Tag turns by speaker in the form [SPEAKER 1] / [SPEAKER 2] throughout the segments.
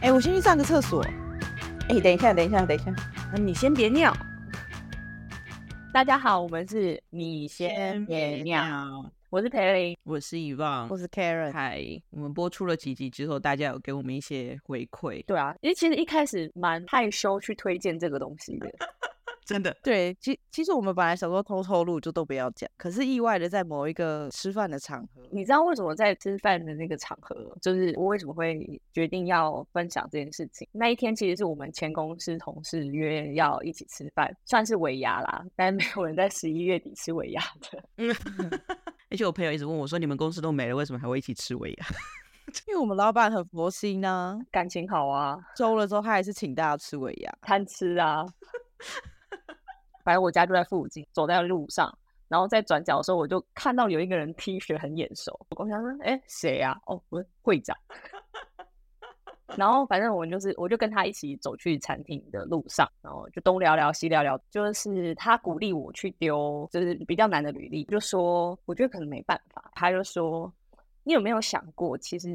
[SPEAKER 1] 哎、我先去上个厕所。
[SPEAKER 2] 哎、等一下，等一下，等一下，
[SPEAKER 3] 啊你先别尿。大家好，我们是你先别尿，我是培林，
[SPEAKER 1] 我是遗忘
[SPEAKER 3] 我。是 Karen。
[SPEAKER 1] 嗨，我们播出了几集之后，大家有给我们一些回馈，
[SPEAKER 3] 对啊，因为其实一开始蛮害羞去推荐这个东西的，
[SPEAKER 1] 真的
[SPEAKER 2] 对，其其实我们本来想说偷偷录就都不要讲，可是意外的在某一个吃饭的场合，
[SPEAKER 3] 你知道为什么在吃饭的那个场合，就是我为什么会决定要分享这件事情？那一天其实是我们前公司同事约要一起吃饭，算是尾牙啦，但没有人在十一月底吃尾牙的。
[SPEAKER 1] 而且我朋友一直问我说，你们公司都没了，为什么还会一起吃尾 牙？
[SPEAKER 2] 因为我们老板很佛心呐、
[SPEAKER 3] 感情好啊，
[SPEAKER 2] 周了之后他还是请大家吃尾牙，
[SPEAKER 3] 贪吃啊。 反正我家就在附近，走在路上，然后在转角的时候，我就看到有一个人 T 恤很眼熟，我想说，哎、谁啊？哦，我是会长。然后反正我们就是，我就跟他一起走去餐厅的路上，然后就东聊聊西聊聊，就是他鼓励我去丢，就是比较难的履历，就说我觉得可能没办法，他就说你有没有想过，其实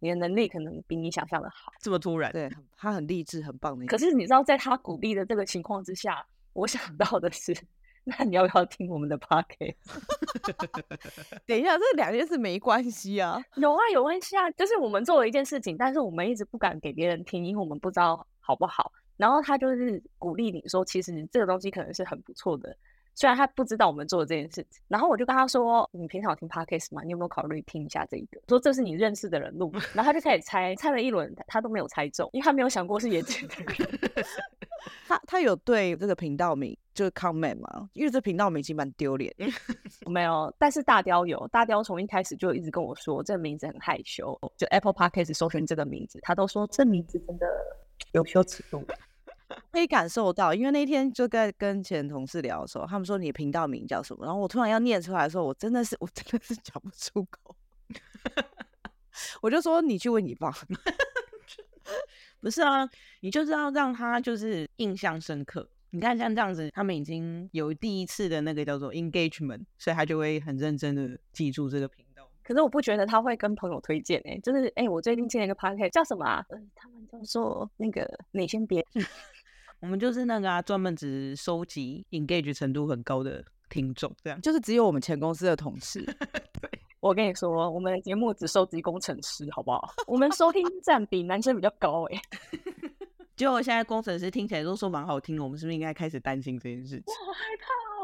[SPEAKER 3] 你的能力可能比你想象的好。
[SPEAKER 1] 这么突然，
[SPEAKER 2] 对他很励志，很棒的一
[SPEAKER 3] 可
[SPEAKER 2] 个。
[SPEAKER 3] 是你知道，在他鼓励的这个情况之下，我想到的是，那你要不要听我们的 p o c k e t
[SPEAKER 2] 等一下，这两件事没关系啊。
[SPEAKER 3] 有啊，有关系啊，就是我们做了一件事情，但是我们一直不敢给别人听，因为我们不知道好不好。然后他就是鼓励你说，其实这个东西可能是很不错的，虽然他不知道我们做的这件事情。然后我就跟他说：“你平常有听 podcast 吗？你有没有考虑听一下这一个？”说这是你认识的人 录的，然后他就开始猜，猜了一轮，他他都没有猜中，因为他没有想过是 眼前的人。
[SPEAKER 2] 他他有对这个频道名就是 comment 吗？因为这频道名其实蛮丢脸的，
[SPEAKER 3] 没有，但是大雕有，大雕从一开始就一直跟我说这名字很害羞，就 Apple Podcast 搜寻这个名字，他都说这名字真的有羞耻度。
[SPEAKER 2] 可以感受到。因为那天就在跟前同事聊的时候，他们说你的频道名叫什么，然后我突然要念出来的时候，我真的是我真的是讲不出 口，我就说你去问你 爸。
[SPEAKER 1] 不是啊，你就是要让他就是印象深刻。你看像这样子，他们已经有第一次的那个叫做 engagement，所以他就会很认真的记住这个频道。
[SPEAKER 3] 可是我不觉得他会跟朋友推荐哎、就是哎、我最近进了一个 Podcast 叫什么啊？呃他们叫做那个，你先别。
[SPEAKER 1] 我们就是那个啊，专门只收集 engage 程度很高的听众，这样。
[SPEAKER 2] 就是只有我们前公司的同事，
[SPEAKER 3] 我跟你说，我们的节目只收集工程师，好不好？我们收听占比男生比较高哎、
[SPEAKER 1] 结果现在工程师听起来都说蛮好听的，我们是不是应该开始担心这件事情？
[SPEAKER 3] 好害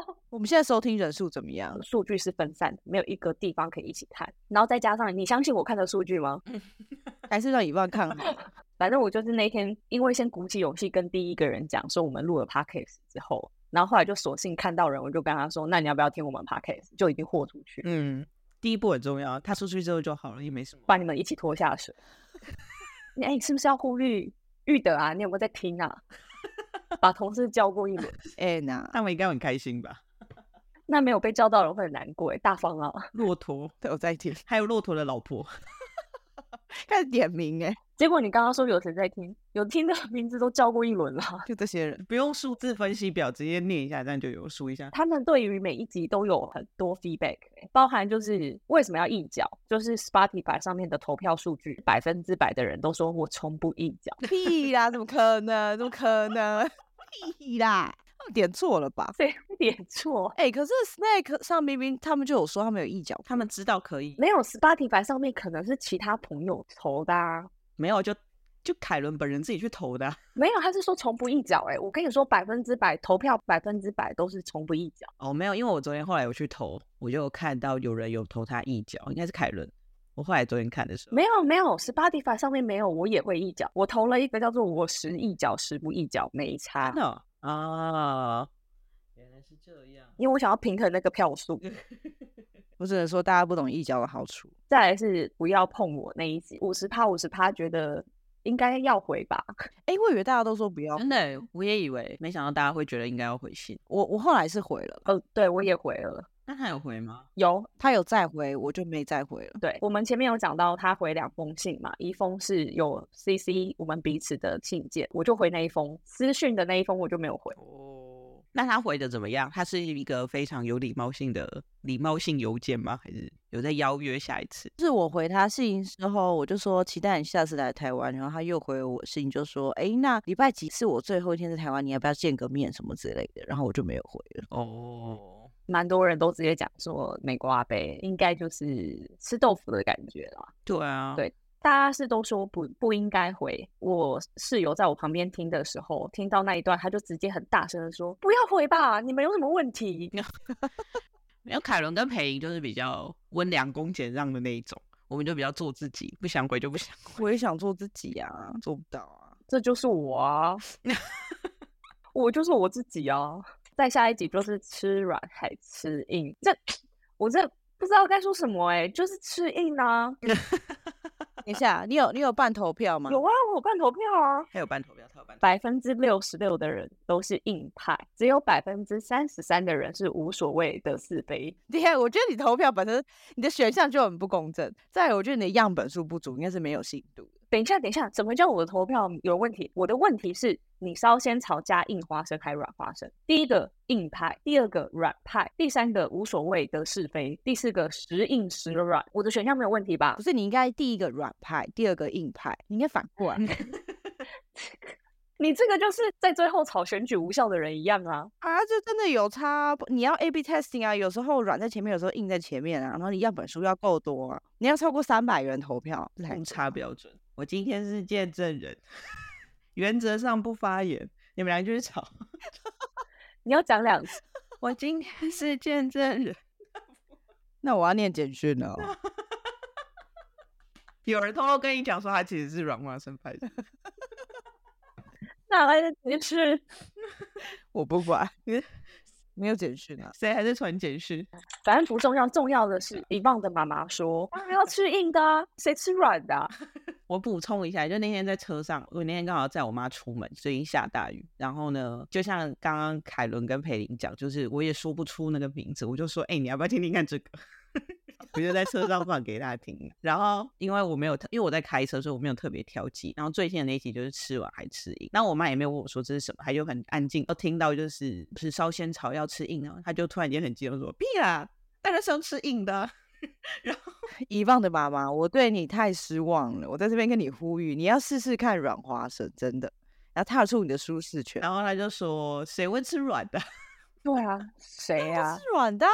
[SPEAKER 3] 怕哦。
[SPEAKER 2] 我们现在收听人数怎么样？
[SPEAKER 3] 呃数据是分散的，没有一个地方可以一起看。然后再加上，你相信我看的数据吗？
[SPEAKER 2] 还是让以望看好？
[SPEAKER 3] 反正我就是那天，因为先鼓起勇气跟第一个人讲说我们录了 podcast 之后，然后后来就索性看到人，我就跟他说：“那你要不要听我们 podcast？” 就已经豁出去，
[SPEAKER 1] 嗯，第一步很重要，他出去之后就好了，也没什么。
[SPEAKER 3] 把你们一起拖下水。 你哎、你是不是要呼吁玉德啊？你有没有在听啊？把同事叫过一轮，
[SPEAKER 2] 哎呐，
[SPEAKER 1] 他们应该很开心吧？
[SPEAKER 3] 那没有被叫到的人会很难过、欸。大方啊，
[SPEAKER 1] 骆驼，
[SPEAKER 2] 对我在听，
[SPEAKER 1] 还有骆驼的老婆，
[SPEAKER 2] 开始点名哎、
[SPEAKER 3] 结果你刚刚说有谁在听，有听的名字都叫过一轮了。
[SPEAKER 2] 就这些人。
[SPEAKER 1] 不用数字分析表，直接念一下，这样就有数一下。
[SPEAKER 3] 他们对于每一集都有很多 feedback，欸包含就是为什么要一脚，就是 Spotify 上面的投票数据，百分之百的人都说我从不一脚，
[SPEAKER 2] 屁啦，怎么可能？怎么可能？ 屁啦，他们点错了吧？
[SPEAKER 3] 这有点错。
[SPEAKER 2] 哎、可是 Snake 上明明他们就有说他们有一脚，
[SPEAKER 1] 他们知道可以，
[SPEAKER 3] 没有 Spotify 上面可能是其他朋友投的、啊，
[SPEAKER 1] 没有就就凯伦本人自己去投的啊、
[SPEAKER 3] 没有，他是说从不一脚。哎，我跟你说，百分之百投票，百分之百都是从不一脚。
[SPEAKER 1] 哦，没有，因为我昨天后来我去投，我就有看到有人有投他一脚，应该是凯伦。我后来昨天看的时候，
[SPEAKER 3] 没有没有，Spotify 上面没有，我也会一脚。我投了一个叫做“我十一脚，十不一脚”，没差
[SPEAKER 1] 真，的哦啊，原来是这样。
[SPEAKER 3] 因为我想要平衡那个票数。
[SPEAKER 2] 我只能说大家不懂一脚的好处。
[SPEAKER 3] 再来是不要碰我那一集，五十趴五十趴，觉得应该要回吧。
[SPEAKER 2] 哎、我以为大家都说不要，
[SPEAKER 1] 真的，欸我也以为，没想到大家会觉得应该要回信。
[SPEAKER 2] 我我后来是回了，
[SPEAKER 3] 呃，对我也回了。
[SPEAKER 1] 那他有回吗？
[SPEAKER 3] 有，
[SPEAKER 2] 他有再回，我就没再回了。
[SPEAKER 3] 对我们前面有讲到，他回两封信嘛，一封是有 CC 我们彼此的信件，我就回那一封，私讯的那一封我就没有回。
[SPEAKER 1] 哦，那他回的怎么样？他是一个非常有礼貌性的礼貌性邮件吗？还是有在邀约下一次？
[SPEAKER 2] 就是我回他信之后，我就说期待你下次来台湾，然后他又回我信就说，哎、那礼拜几是我最后一天在台湾，你要不要见个面什么之类的？然后我就没有回了。
[SPEAKER 1] 哦，
[SPEAKER 3] 蛮多人都直接讲说美国阿贝应该就是吃豆腐的感觉啦。
[SPEAKER 1] 对啊，
[SPEAKER 3] 对大家是都说不不应该回。我室友在我旁边听的时候，听到那一段，他就直接很大声的说：“不要回吧，你们有什么问题
[SPEAKER 1] 没有凯伦跟裴莹就是比较温良恭俭让的那一种，我们就比较做自己，不想回就不想回。
[SPEAKER 2] 我也想做自己啊，做不到啊。？”
[SPEAKER 3] 这就是我啊，我就是我自己啊。再下一集就是吃软还吃硬，这我这不知道该说什么哎、就是吃硬啊。
[SPEAKER 2] 等一下，你有你有办投票吗？
[SPEAKER 3] 有啊，我有办投票啊。
[SPEAKER 1] 还有半投票，他有半投
[SPEAKER 3] 百分之六十六的人都是硬派，只有百分之三十三的人是无所谓的是非。
[SPEAKER 2] 第二，我觉得你投票本身你的选项就很不公正。再来，我觉得你的样本数不足，应该是没有信度的。
[SPEAKER 3] 等一下，等一下，什么叫我的投票有问题？我的问题是，你是要先炒加硬花生还是软花生？第一个硬派，第二个软派，第三个无所谓的是非，第四个时硬时软。我的选项没有问题吧
[SPEAKER 2] 不？是，你应该第一个软派，第二个硬派，你应该反过来
[SPEAKER 3] 你这个就是在最后炒选举无效的人一样啊！
[SPEAKER 2] 啊，这真的有差啊。不你要 A/B testing 啊，有时候软在前面，有时候硬在前面啊。然后你样本数要够多啊，你要超过三百元投票 才啊
[SPEAKER 1] 误差标准。我今天是见证人，原则上不发言，你们俩就是吵。
[SPEAKER 3] 你要讲两次，
[SPEAKER 1] 我今天是见证人，
[SPEAKER 2] 那我要念简讯 了哦。
[SPEAKER 1] 有人偷偷跟你讲说他其实是软化生派的，
[SPEAKER 3] 哪来的解释？
[SPEAKER 2] 我不管，没有简讯啊。
[SPEAKER 1] 谁还在传简讯？
[SPEAKER 3] 反正不重要，重要的是遗忘的妈妈说：“啊，要吃硬的、啊，谁吃软的、啊
[SPEAKER 1] 我补充一下，就那天在车上，我那天刚好载我妈出门，最近下大雨。然后呢，就像刚刚凯伦跟裴琳讲，就是我也说不出那个名字，我就说，哎、你要不要听听看这个？ 我就在车上放给大家听。然后因为我没有特，因为我在开车，所以我没有特别挑剔。然后最新的那一集就是吃完还吃硬，那我妈也没有问我说这是什么，她就很安静。我听到就是是烧仙草要吃硬的，她就突然间很激动说，屁啦，当然是要吃硬的啊。
[SPEAKER 2] 遗忘的妈妈，我对你太失望了。我在这边跟你呼吁，你要试试看软花生，真的，要踏出你的舒适圈。
[SPEAKER 3] 啊
[SPEAKER 1] 然后她就说，谁会吃软的？？”
[SPEAKER 3] 对啊，谁啊
[SPEAKER 2] 是？软的啊、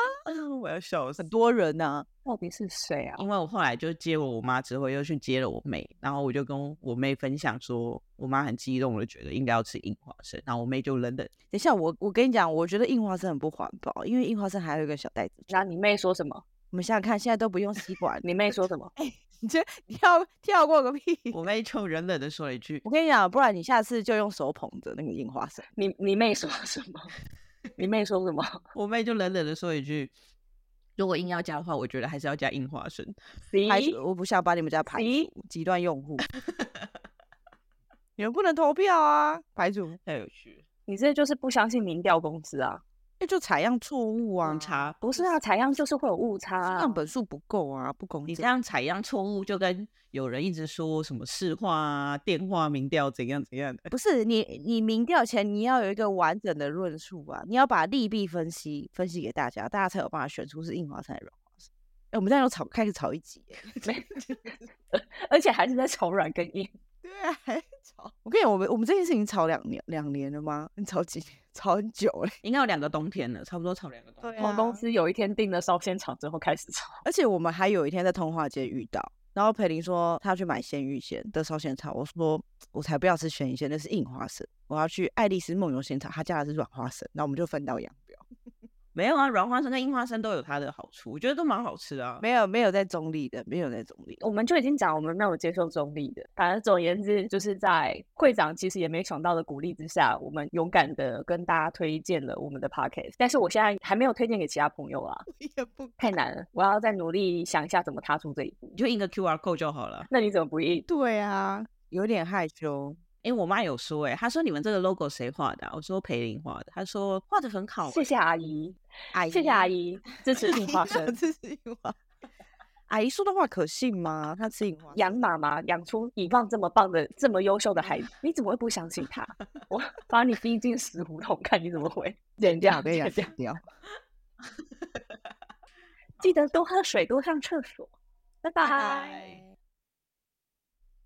[SPEAKER 1] 我要笑死
[SPEAKER 2] 很。多人啊呢、
[SPEAKER 3] 到底是谁啊？
[SPEAKER 1] 因为我后来就接我我妈之后，又去接了我妹，然后我就跟我妹分享说，我妈很激动的觉得应该要吃樱花生，然后我妹就冷冷，
[SPEAKER 2] 等一下，我我跟你讲，我觉得印花生很不环保，因为印花生还有一个小袋子。
[SPEAKER 3] 那你妹说什么？
[SPEAKER 2] 我们想想看，现在都不用吸管，
[SPEAKER 3] 你妹说什么？
[SPEAKER 2] 你这 跳跳过个屁！
[SPEAKER 1] 我妹就冷冷的说了一句
[SPEAKER 2] 我跟你讲，不然你下次就用手捧着那个印花生。
[SPEAKER 3] 你你妹说什么？你妹说什么？
[SPEAKER 1] 我妹就冷冷的说一句，如果硬要加的话，我觉得还是要加樱花生。
[SPEAKER 2] 排
[SPEAKER 3] 咦
[SPEAKER 2] 除，我不想把你们家排
[SPEAKER 3] 咦
[SPEAKER 2] 除极端用 户，你们不能投票啊，排除，
[SPEAKER 1] 太有趣
[SPEAKER 3] 你这就是不相信民调公司啊？
[SPEAKER 2] 那就采样错误
[SPEAKER 1] 了，
[SPEAKER 2] 啊，
[SPEAKER 1] 误差，
[SPEAKER 3] 不是啊，采样就是会有误差、啊
[SPEAKER 2] 样。本数不够啊，不公
[SPEAKER 1] 你这
[SPEAKER 2] 正。
[SPEAKER 1] 样采样错误，就跟有人一直说什么市话啊、电话民调怎样怎样的，
[SPEAKER 2] 不是你，你民调前你要有一个完整的论述啊，你要把利弊分析分析给大家，大家才有办法选出是印花生还是软花生。哎、我们这样又吵，开始吵一集耶、
[SPEAKER 3] 而且还是在炒软跟硬。
[SPEAKER 2] 对啊，还吵。我跟你讲，我们我们这件事情吵两年两年了吗？ 你吵几年？吵很久嘞。
[SPEAKER 1] 应该有两个冬天了，差不多炒两个冬天。
[SPEAKER 3] 我们公司有一天订了烧仙草之后开始炒，
[SPEAKER 2] 而且我们还有一天在通化街遇到，然后裴林说他去买鲜芋仙的烧仙草，我说我才不要吃鲜芋仙，那是硬花生，我要去爱丽丝梦游仙草，他加的是软花生，然后我们就分道扬镳，
[SPEAKER 1] 没有啊，软花生跟樱花生都有它的好处，我觉得都蛮好吃的、啊。
[SPEAKER 2] 没有没有在中立的，没有在中立的。
[SPEAKER 3] 我们就已经讲我们没有接受中立的。反正总而言之，就是在会长其实也没想到的鼓励之下，我们勇敢的跟大家推荐了我们的 podcast。但是我现在还没有推荐给其他朋友啊，
[SPEAKER 2] 也不
[SPEAKER 3] 太难了，我要再努力想一下怎么踏出这一步。
[SPEAKER 1] 你就印个 QR code 就好了。
[SPEAKER 3] 那你怎么不印？
[SPEAKER 2] 对啊，有点害羞。
[SPEAKER 1] 诶，我妈有说、诶，她说你们这个 logo 谁画的啊、我说裴林画的，她说画的很好、
[SPEAKER 3] 谢谢阿姨，
[SPEAKER 2] 阿姨，
[SPEAKER 3] 谢谢阿姨支持印花生。
[SPEAKER 2] 这是樱花。阿姨说的话可信吗？她吃樱花
[SPEAKER 3] 养 妈妈养出以棒这么棒的、这么优秀的孩子，你怎么会不相信他？我把你逼进死胡同，看你怎么回。
[SPEAKER 2] 剪
[SPEAKER 3] 掉
[SPEAKER 2] 我跟你讲
[SPEAKER 3] 剪
[SPEAKER 2] 剪掉。
[SPEAKER 3] 记得多喝水，多上厕所，拜拜。
[SPEAKER 1] 拜。